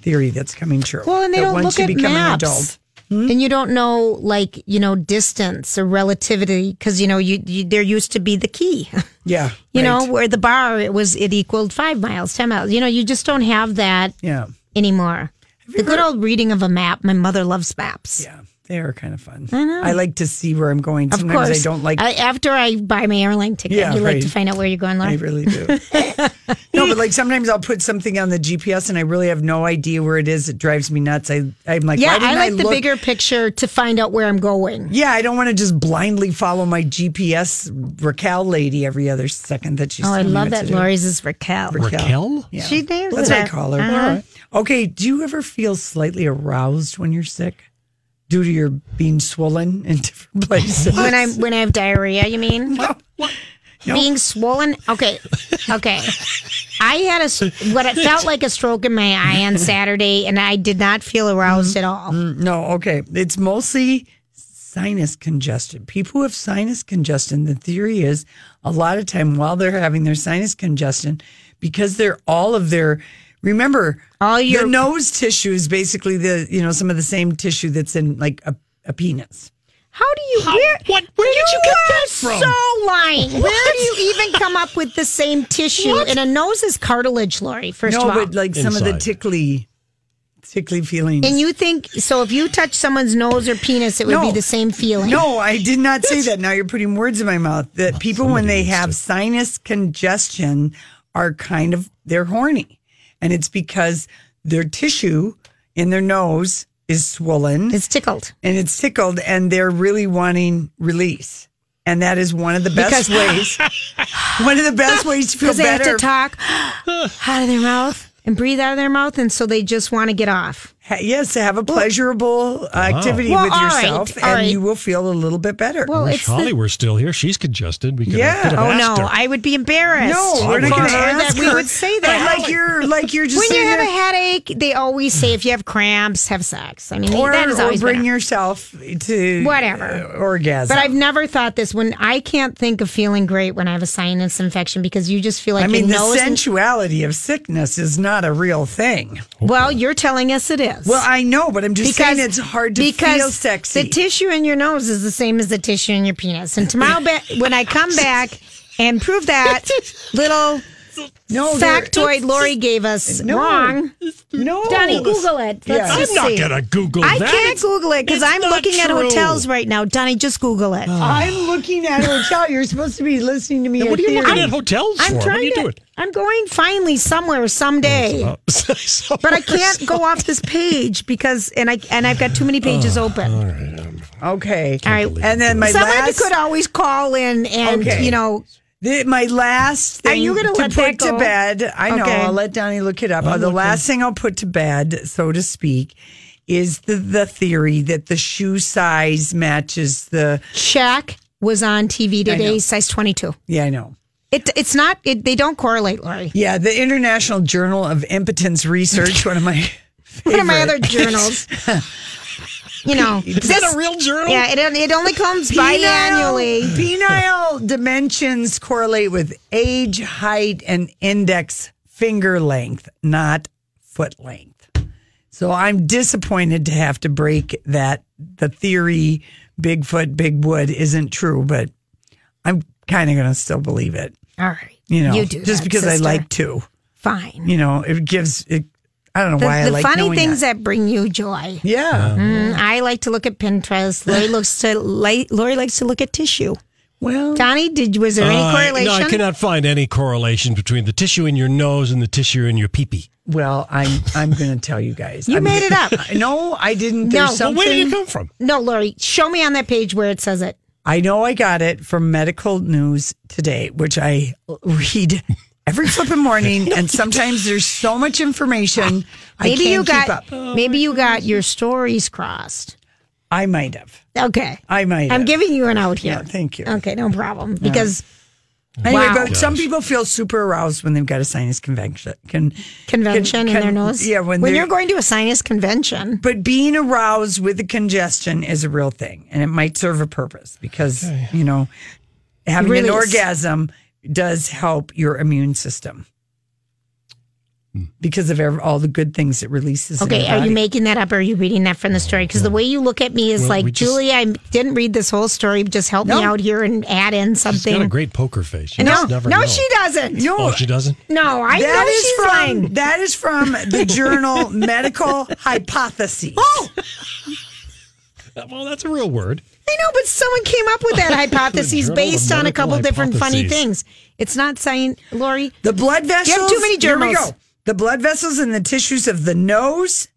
C: theory that's coming true.
B: well, and they
C: That
B: don't
C: once
B: look
C: you
B: at
C: become
B: maps,
C: an adult.
B: and you don't know like you know distance or relativity because you know you, you there used to be the key.
C: Yeah.
B: You know
C: right.
B: where the bar it was it equaled five miles, ten miles. You know you just don't have that
C: Yeah.
B: anymore. The good old reading of a map. My mother loves maps.
C: Yeah. They are kind of fun.
B: I know.
C: I like to see where I'm going.
B: Of
C: Sometimes
B: course,
C: I don't like.
B: I, after I buy my airline ticket,
C: Yeah,
B: you
C: right.
B: like to find out where you're going. Laura?
C: I really do. no, but like sometimes I'll put something on the GPS and I really have no idea where it is. It drives me nuts. I I'm like,
B: yeah,
C: why didn't
B: I like the
C: look?
B: bigger picture to find out where I'm going.
C: Yeah, I don't want to just blindly follow my GPS Raquel lady every other second that she's.
B: Oh, I
C: telling me
B: love
C: what to
B: that.
C: do.
B: Lori's is Raquel.
A: Raquel?
C: Yeah.
B: She names
C: That's
B: it.
C: what I call her.
B: Uh-huh.
C: Okay. Do you ever feel slightly aroused when you're sick, due to your being swollen in different places?
B: When I when I have diarrhea, you mean? Being swollen. Okay, okay. I had a s- what it felt like a stroke in my eye on Saturday, and I did not feel aroused at all.
C: No, okay. It's mostly sinus congestion. People who have sinus congestion, the theory is a lot of time while they're having their sinus congestion, because they're all of their remember all
B: your-
C: the nose tissue is basically the you know some of the same tissue that's in like a, a penis.
B: How do you? where,
A: what? Where did you get that
B: are
A: from?
B: So lying. Where do you even come up with the same tissue? And a nose is cartilage, Lori. First
C: no,
B: of all,
C: but like some of the
A: Inside.
C: tickly, tickly feelings.
B: and you think so? If you touch someone's nose or penis, it would
C: No.
B: be the same feeling.
C: No, I did not say that. Now you're putting words in my mouth. That people, when they have sinus congestion, are kind of they're horny, and it's because their tissue in their nose is swollen
B: it's tickled.
C: and it's tickled, and they're really wanting release. And that is one of the best ways. one of the best ways to feel
B: because they have
C: better.
B: to talk out of their mouth and breathe out of their mouth, and so they just want to get off.
C: Ha- yes, to have a pleasurable uh, activity
B: Well,
C: with
B: all right,
C: yourself,
B: all
C: and
B: right.
C: you will feel a little bit better.
B: Well,
A: Wish
B: it's
A: Holly
B: the,
A: were still here. She's congested. We could
C: Yeah.
A: could have
B: oh
A: asked
B: no,
A: her.
B: I would be embarrassed.
C: No, we're
A: I
C: not
A: would
C: going to
A: too.
C: ask
B: that we
C: her.
B: would say that.
C: But like you're, like you're just
B: when you
C: sitting
B: have a
C: there-
B: headache, they always say if you have cramps, have sex. I mean,
C: or,
B: that is
C: or
B: always
C: bring
B: been-
C: yourself to
B: Whatever.
C: uh, orgasm.
B: But I've never thought this. When I can't think of feeling great when I have a sinus infection because you just feel like
C: I mean,
B: your
C: the
B: nose.
C: sensuality of sickness is not a real thing.
B: well, you're telling us it is.
C: Well, I know, but I'm just saying it's hard to
B: because
C: feel sexy.
B: The tissue in your nose is the same as the tissue in your penis. And tomorrow, ba- when I come back and prove that little
C: no, there-
B: factoid Lori gave us
C: No.
B: wrong,
C: No,
B: Donnie, Google it. Let's
C: Yeah.
B: just
A: I'm not
B: see.
A: gonna Google
B: I
A: that.
B: can't
A: It's-
B: Google it because
A: it's
B: I'm
A: not
B: looking at
A: true.
B: hotels right now. Donnie, just Google it.
C: I'm looking at a hotel. You're supposed to be listening to me.
A: Then what are
C: at
A: you looking
C: theory.
A: at hotels
B: I'm
A: for? What are you
B: to.
A: doing?
B: I'm going finally somewhere someday. but I can't go off this page because and I and I've got too many pages
C: Oh,
B: open. All right.
C: Okay, and then my
B: Somebody
C: last.
B: could always call in and
C: Okay.
B: you know
C: The, my last thing
B: Are you gonna
C: to
B: let
C: put
B: that
C: to
B: go?
C: bed. I know.
B: Okay.
C: I'll let Donnie look it up. Uh, the last thing I'll put to bed, so to speak, is the, the theory that the shoe size matches the.
B: Shaq was on TV today, size twenty two.
C: Yeah, I know.
B: It it's not it, they don't correlate, Lori.
C: Yeah, the International Journal of Impotence Research, one of my.
B: One of my other journals. you know.
A: Is that a real journal?
B: Yeah, it it only comes biannually.
C: Penile dimensions correlate with age, height, and index finger length, not foot length. So I'm disappointed to have to break that the theory Bigfoot, Big Wood isn't true, but I'm kind of going to still believe it.
B: All right.
C: You know,
B: you do
C: just
B: that,
C: because I
B: sister.
C: like to.
B: fine.
C: You know, it gives it. I don't know
B: The,
C: why I
B: the
C: like
B: funny
C: knowing
B: things
C: that.
B: that. bring you joy.
C: yeah.
B: Mm, I like to look at Pinterest. Lori looks to li- Lori likes to look at tissue.
C: Well,
B: Donnie, did was there any
A: Uh,
B: correlation?
A: No, I cannot find any correlation between the tissue in your nose and the tissue in your peepee.
C: well, I'm I'm going to tell you guys.
B: You
C: I'm-
B: made it up.
C: No, I didn't. There's
B: No.
A: Well,
C: something.
A: where did it come from?
B: No, Lori, show me on that page where it says it.
C: I know I got it from Medical News Today, which I read every flipping morning, and sometimes there's so much information I can't
B: Maybe you
C: keep
B: got
C: up.
B: maybe you got your stories crossed.
C: I might have.
B: Okay,
C: I might.
B: I'm
C: have.
B: giving you an out here.
C: Yeah, thank you.
B: Okay, no problem. Because
C: Anyway,
B: Wow.
C: but some people feel super aroused when they've got a sinus convention. Can,
B: convention
C: can-
B: in their nose.
C: Yeah, when,
B: when
C: they're-
B: you're going to a sinus convention,
C: But being aroused with the congestion is a real thing, and it might serve a purpose because you know having
B: Release.
C: an orgasm does help your immune system because of ev- all the good things it releases. in
B: Okay,
C: your
B: are you
C: body.
B: making that up or are you reading that from the story? Because the way you look at me is
A: Well, we
B: like,
A: just-
B: Julie, I didn't read this whole story. Just help
C: No.
B: me out here and add in
A: She's got a
B: something.
A: great poker face. You
B: no,
A: just never
B: no,
A: know.
B: she doesn't. No,
A: Oh, she doesn't.
B: no, I know she's
C: That is
B: lying.
C: from that is from the journal Medical Hypotheses. Oh,
A: Uh, well, that's a real word.
B: I know, but someone came up with that hypothesis
A: Journal of
B: based on a
A: Medical
B: couple different funny
A: Hypotheses.
B: things. It's not science, Lori.
C: The blood vessels.
B: You have too many
C: Here we
B: germals.
C: go. The blood vessels and the tissues of the nose,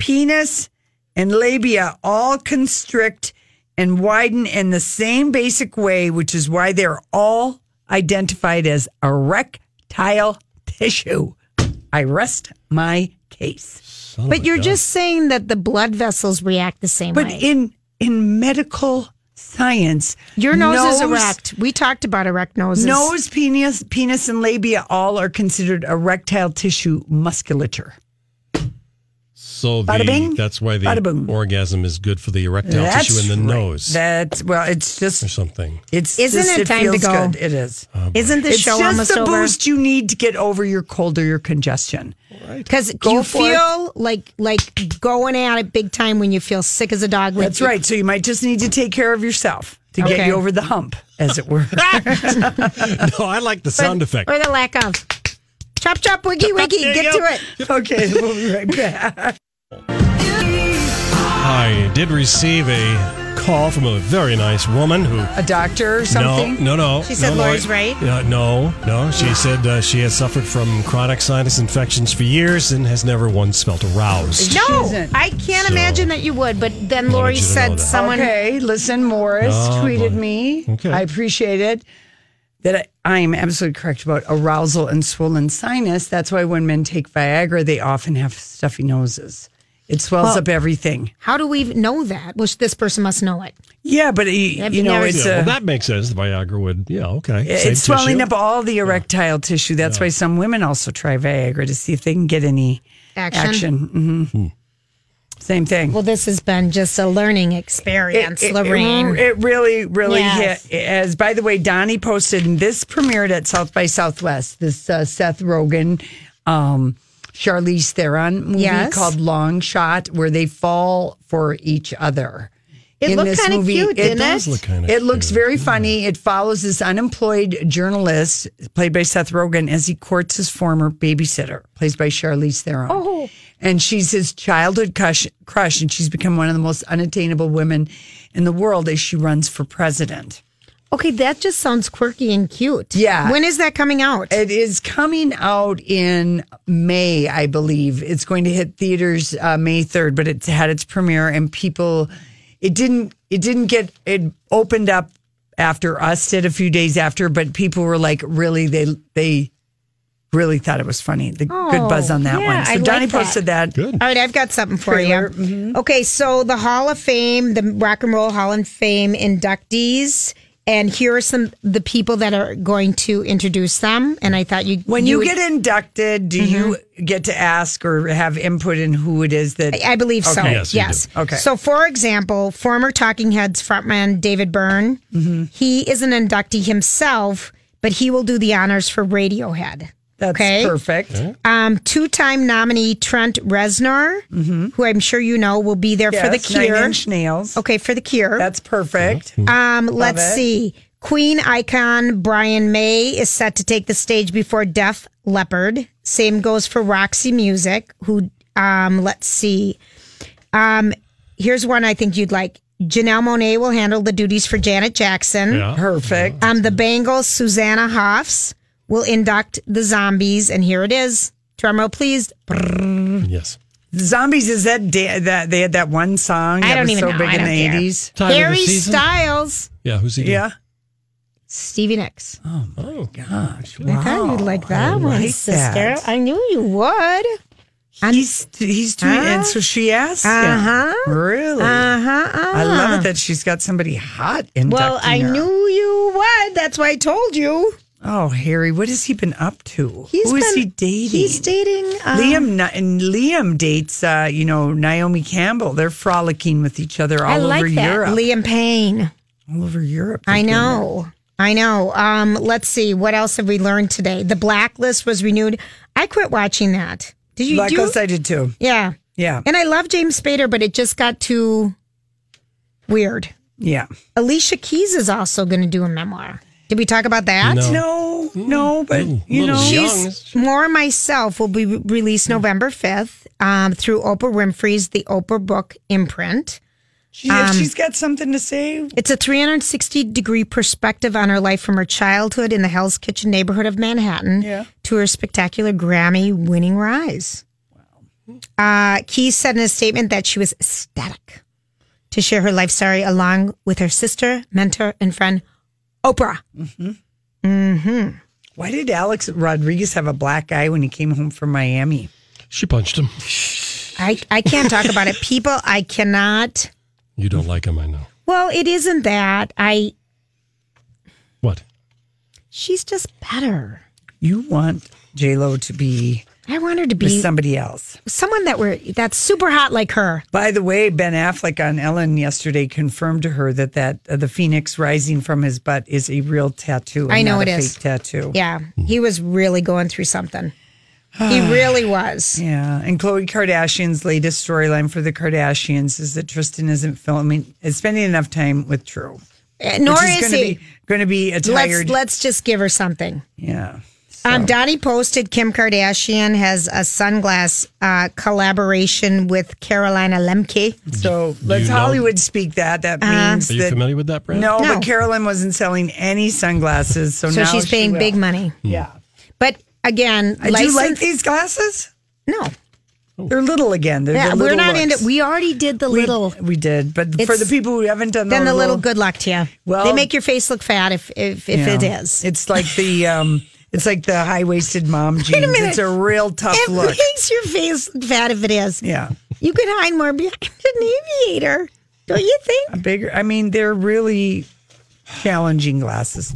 C: penis, and labia all constrict and widen in the same basic way, which is why they're all identified as erectile tissue. I rest my case.
B: But you're just saying that the blood vessels react the same
C: But
B: way.
C: in in medical science,
B: Your nose, is erect. We talked about erect noses.
C: Nose, penis, penis, and labia all are considered erectile tissue musculature.
A: So
C: Bada
A: the,
C: bing,
A: that's why
C: bada
A: the
C: boom.
A: orgasm is good for the erectile
C: That's
A: tissue in the
C: right.
A: nose
C: That's well, it's
A: or
C: just
A: something.
C: it's
B: Isn't
C: just-
B: it time to
C: feels
B: go?
C: Good. It is.
A: Um,
B: Isn't the
C: it's
B: show
C: just
B: almost
C: the
B: over?
C: boost you need to get over your cold or your congestion.
B: Because
C: Go
B: you
C: for it.
B: feel like like going at it big time when you feel sick as a dog. Like
C: That's right. So you might just need to take care of yourself to get
B: Okay.
C: you over the hump, as it were.
A: No, I like the sound effect.
B: Or the lack of. Chop chop wiggy wiggy.
A: There you
B: Get
A: go.
B: to it.
C: okay, we'll be right back.
A: I did receive a call from a very nice woman who.
C: A doctor or something.
A: No, no, no.
B: She said
A: no,
B: Lori's
A: Lori.
B: right.
A: Yeah, no, no. She said uh, she has suffered from chronic sinus infections for years and has never once felt aroused.
B: No,
C: isn't.
B: I can't
A: So-
B: imagine that you would. But then Lori
A: you to know
B: said
A: that.
B: someone.
C: Okay, listen, Morris
A: Oh,
C: tweeted
A: boy.
C: me.
A: Okay.
C: I appreciate it. That I, I am absolutely correct about arousal and swollen sinus. That's why when men take Viagra, they often have stuffy noses. It swells
B: Well-
C: up everything.
B: How do we know that? Well, this person must know it.
C: Yeah, but you,
B: I've
C: you know,
B: never-
C: it's
A: Yeah, well,
C: a,
A: that makes sense. The Viagra would. Yeah, okay. Same
C: it's swelling
A: tissue.
C: up all the erectile tissue. That's why some women also try Viagra to see if they can get any
B: Action.
C: action. hmm Same thing.
B: Well, this has been just a learning experience, Lorraine.
C: It, it really, really
B: Yes.
C: hit. As by the way, Donnie posted and this premiered at South by Southwest. This uh, Seth Rogen, um, Charlize Theron movie
B: Yes.
C: called Long Shot, where they fall for each other.
B: It
C: in
B: looked
C: this
B: kinda
C: movie.
B: cute, didn't
A: does it? look kinda
C: It looks
A: cute,
C: very funny. It follows this unemployed journalist, played by Seth Rogen, as he courts his former babysitter, played by Charlize Theron. Oh. And she's his childhood crush, crush, and she's become one of the most unattainable women in the world as she runs for president.
B: okay, that just sounds quirky and cute.
C: Yeah.
B: When is that coming out?
C: It is coming out in May, I believe. It's going to hit theaters uh, May third, but it's had its premiere and people. It didn't. It didn't get. It opened up after us did a few days after, but people were like, really, they they really thought it was funny. The good buzz on that
B: Oh, yeah,
C: one. So
B: I like
C: Donnie
B: that.
C: posted that.
A: Good.
B: All right, I've got something for
C: Trailer, mm-hmm.
B: you. Okay, so the Hall of Fame, the Rock and Roll Hall of Fame inductees, and here are some the people that are going to introduce them. And I thought you
C: When you,
B: would- Mm-hmm.
C: get inducted, do you get to ask or have input in who it is that?
B: I believe so.
A: Okay.
B: Yes.
A: Yes, you do.
C: Okay.
B: So, for example, former Talking Heads frontman David Byrne,
C: Mm-hmm.
B: he is an inductee himself, but he will do the honors for Radiohead.
C: That's
B: okay.
C: perfect.
B: Um, two-time nominee Trent Reznor, who I'm sure you know, will be there for the
C: Mm-hmm. Yes, Nine
B: Cure.
C: inch nails.
B: Okay, for the Cure.
C: That's perfect.
B: Um, let's
C: it.
B: see. Queen icon Brian May is set to take the stage before Def Leppard. Same goes for Roxy Music, who, um, let's see. Um, here's one I think you'd like. Janelle Monet will handle the duties for Janet Jackson.
A: Yeah.
C: Oh. Perfect.
B: Um, the Bengals, Susanna Hoffs, will induct the zombies. And here it is. Drumroll, please.
A: Yes.
C: Zombies is that da- that they had that one song
B: I
C: that
B: don't
C: was
B: even
C: so
B: know.
C: big
B: I
C: in
B: don't
C: the
B: care.
C: eighties.
A: Time of the
B: Harry
A: season?
B: Styles,
A: Yeah. Who's he? doing?
C: Yeah.
B: Stevie Nicks.
A: Oh.
C: Gosh.
B: I thought you'd like that one,
C: like
B: sister.
C: that.
B: I knew you would.
C: He's he's doing
B: Huh?
C: and so she asked. him.
B: Uh-huh.
C: Really?
B: Uh huh.
C: I love it that she's got somebody hot in
B: Well, I knew you would. That's why I told you.
C: Oh, Harry, what has he been up to?
B: He's
C: Who is
B: been-
C: he dating?
B: He's dating um,
C: Liam Ni- and Liam dates, uh, you know, Naomi Campbell. They're frolicking with each other all
B: I like
C: over
B: that.
C: Europe.
B: Liam Payne.
C: all over Europe.
B: I
C: they're doing that.
B: know. I know. Um, let's see. What else have we learned today? The blacklist was renewed. I quit watching that. Did you do?
C: Blacklist, I did too.
B: yeah.
C: Yeah.
B: And I love James Spader, but it just got too weird.
C: Yeah.
B: Alicia Keys is also going to do a memoir. Did we talk about that?
C: No, no, but
A: Ooh,
C: you
A: little
C: know,
A: young.
B: More Myself will be re- released November 5th um, through Oprah Winfrey's The Oprah Book imprint.
C: She, if she's got something to say.
B: It's a 360 degree perspective on her life from her childhood in the Hell's Kitchen neighborhood of Manhattan
C: Yeah.
B: to her spectacular Grammy winning rise. Wow. Uh, Key said in a statement that she was ecstatic to share her life story along with her sister, mentor, and friend, Oprah.
C: Mm-hmm. Why did Alex Rodriguez have a black eye when he came home from Miami?
A: She punched him.
B: I, I can't talk about it. People, I cannot.
A: You don't like him, I know.
B: Well, it isn't that. I.
A: What?
B: She's just better.
C: You want J Lo to be
B: I want her to
C: with
B: be
C: somebody else.
B: someone that were that's super hot like her.
C: By the way, Ben Affleck on Ellen yesterday confirmed to her that that uh, the phoenix rising from his butt is a real tattoo. and
B: I know
C: not
B: it
C: a
B: is.
C: fake tattoo.
B: Yeah, he was really going through something. He really was.
C: Yeah, and Khloe Kardashian's latest storyline for the Kardashians is that Tristan isn't filming, is spending enough time with Drew.
B: Uh, Nor
C: which
B: is,
C: gonna
B: he.
C: Be, going to be a tired.
B: Let's let's just give her something.
C: yeah.
B: Um, Donnie posted Kim Kardashian has a sunglass uh, collaboration with Carolina Lemke.
C: So let's
A: know-
C: Hollywood speak that. That means
A: Are you
C: that
A: familiar with that brand?
C: no,
B: Uh-huh. No.
C: but Carolyn wasn't selling any sunglasses, so,
B: So
C: now
B: she's
C: she
B: paying
C: will.
B: big money.
A: Hmm.
C: Yeah,
B: But again,
C: I do like these glasses.
B: No,
A: Oh.
C: They're little again. They're
B: yeah,
C: the
B: we're
C: little
B: not
C: looks.
B: into. We already did the
C: We-
B: little.
C: We did, but for
B: It's-
C: the people who haven't done
B: Then the little good luck to you.
C: Well-
B: they make your face look fat if if, if
C: Yeah.
B: it is.
C: It's like the um, it's like the high waisted mom jeans.
B: minute.
C: It's a real tough
B: It
C: look.
B: makes your face look fat if it is.
C: Yeah,
B: You can hide more behind an aviator, don't you think?
C: a bigger. I mean, they're really challenging glasses.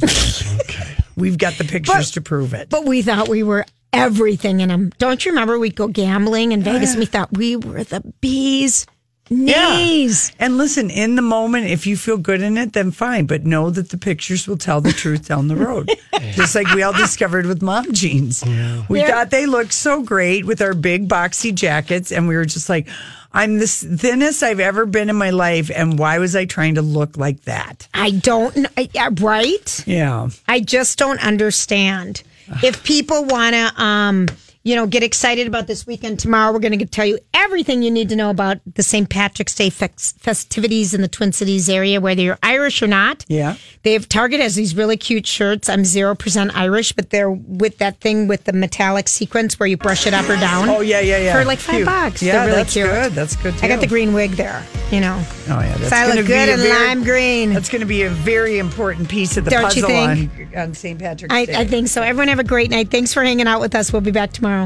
C: okay, we've got the pictures to prove it.
B: But we thought we were everything in them. Don't you remember we'd go gambling in Vegas and we thought we were the bees knees.
C: And listen, in the moment, if you feel good in it, then fine. But know that the pictures will tell the truth down the road. Just like we all discovered with mom jeans. We thought they looked so great with our big boxy jackets. And we were just like, I'm the thinnest I've ever been in my life. And why was I trying to look like that?
B: I don't kn- I, yeah, right?
C: Yeah.
B: I just don't understand. If people want to um you know, get excited about this weekend. Tomorrow, we're going to tell you everything you need to know about the St. Patrick's Day fex- festivities in the Twin Cities area, whether you're Irish or not.
C: Yeah.
B: They have Target has these really cute shirts. I'm zero percent Irish, but they're with that thing with the metallic sequence where you brush it up or down.
C: Oh, yeah, yeah, yeah.
B: For like five
C: Cute.
B: bucks.
C: Yeah,
B: they're really
C: that's
B: cute.
C: good. That's good.
B: I got the
C: too.
B: green wig there. You know,
C: Oh, yeah. That's
B: so I
C: gonna
B: look
C: be
B: good
C: a
B: in
C: very-
B: lime green.
C: That's going to be a very important piece of the
B: Don't you
C: puzzle
B: think?
C: on, on St. Patrick's
B: I,
C: Day.
B: I think so. Everyone have a great night. Thanks for hanging out with us. We'll be back tomorrow.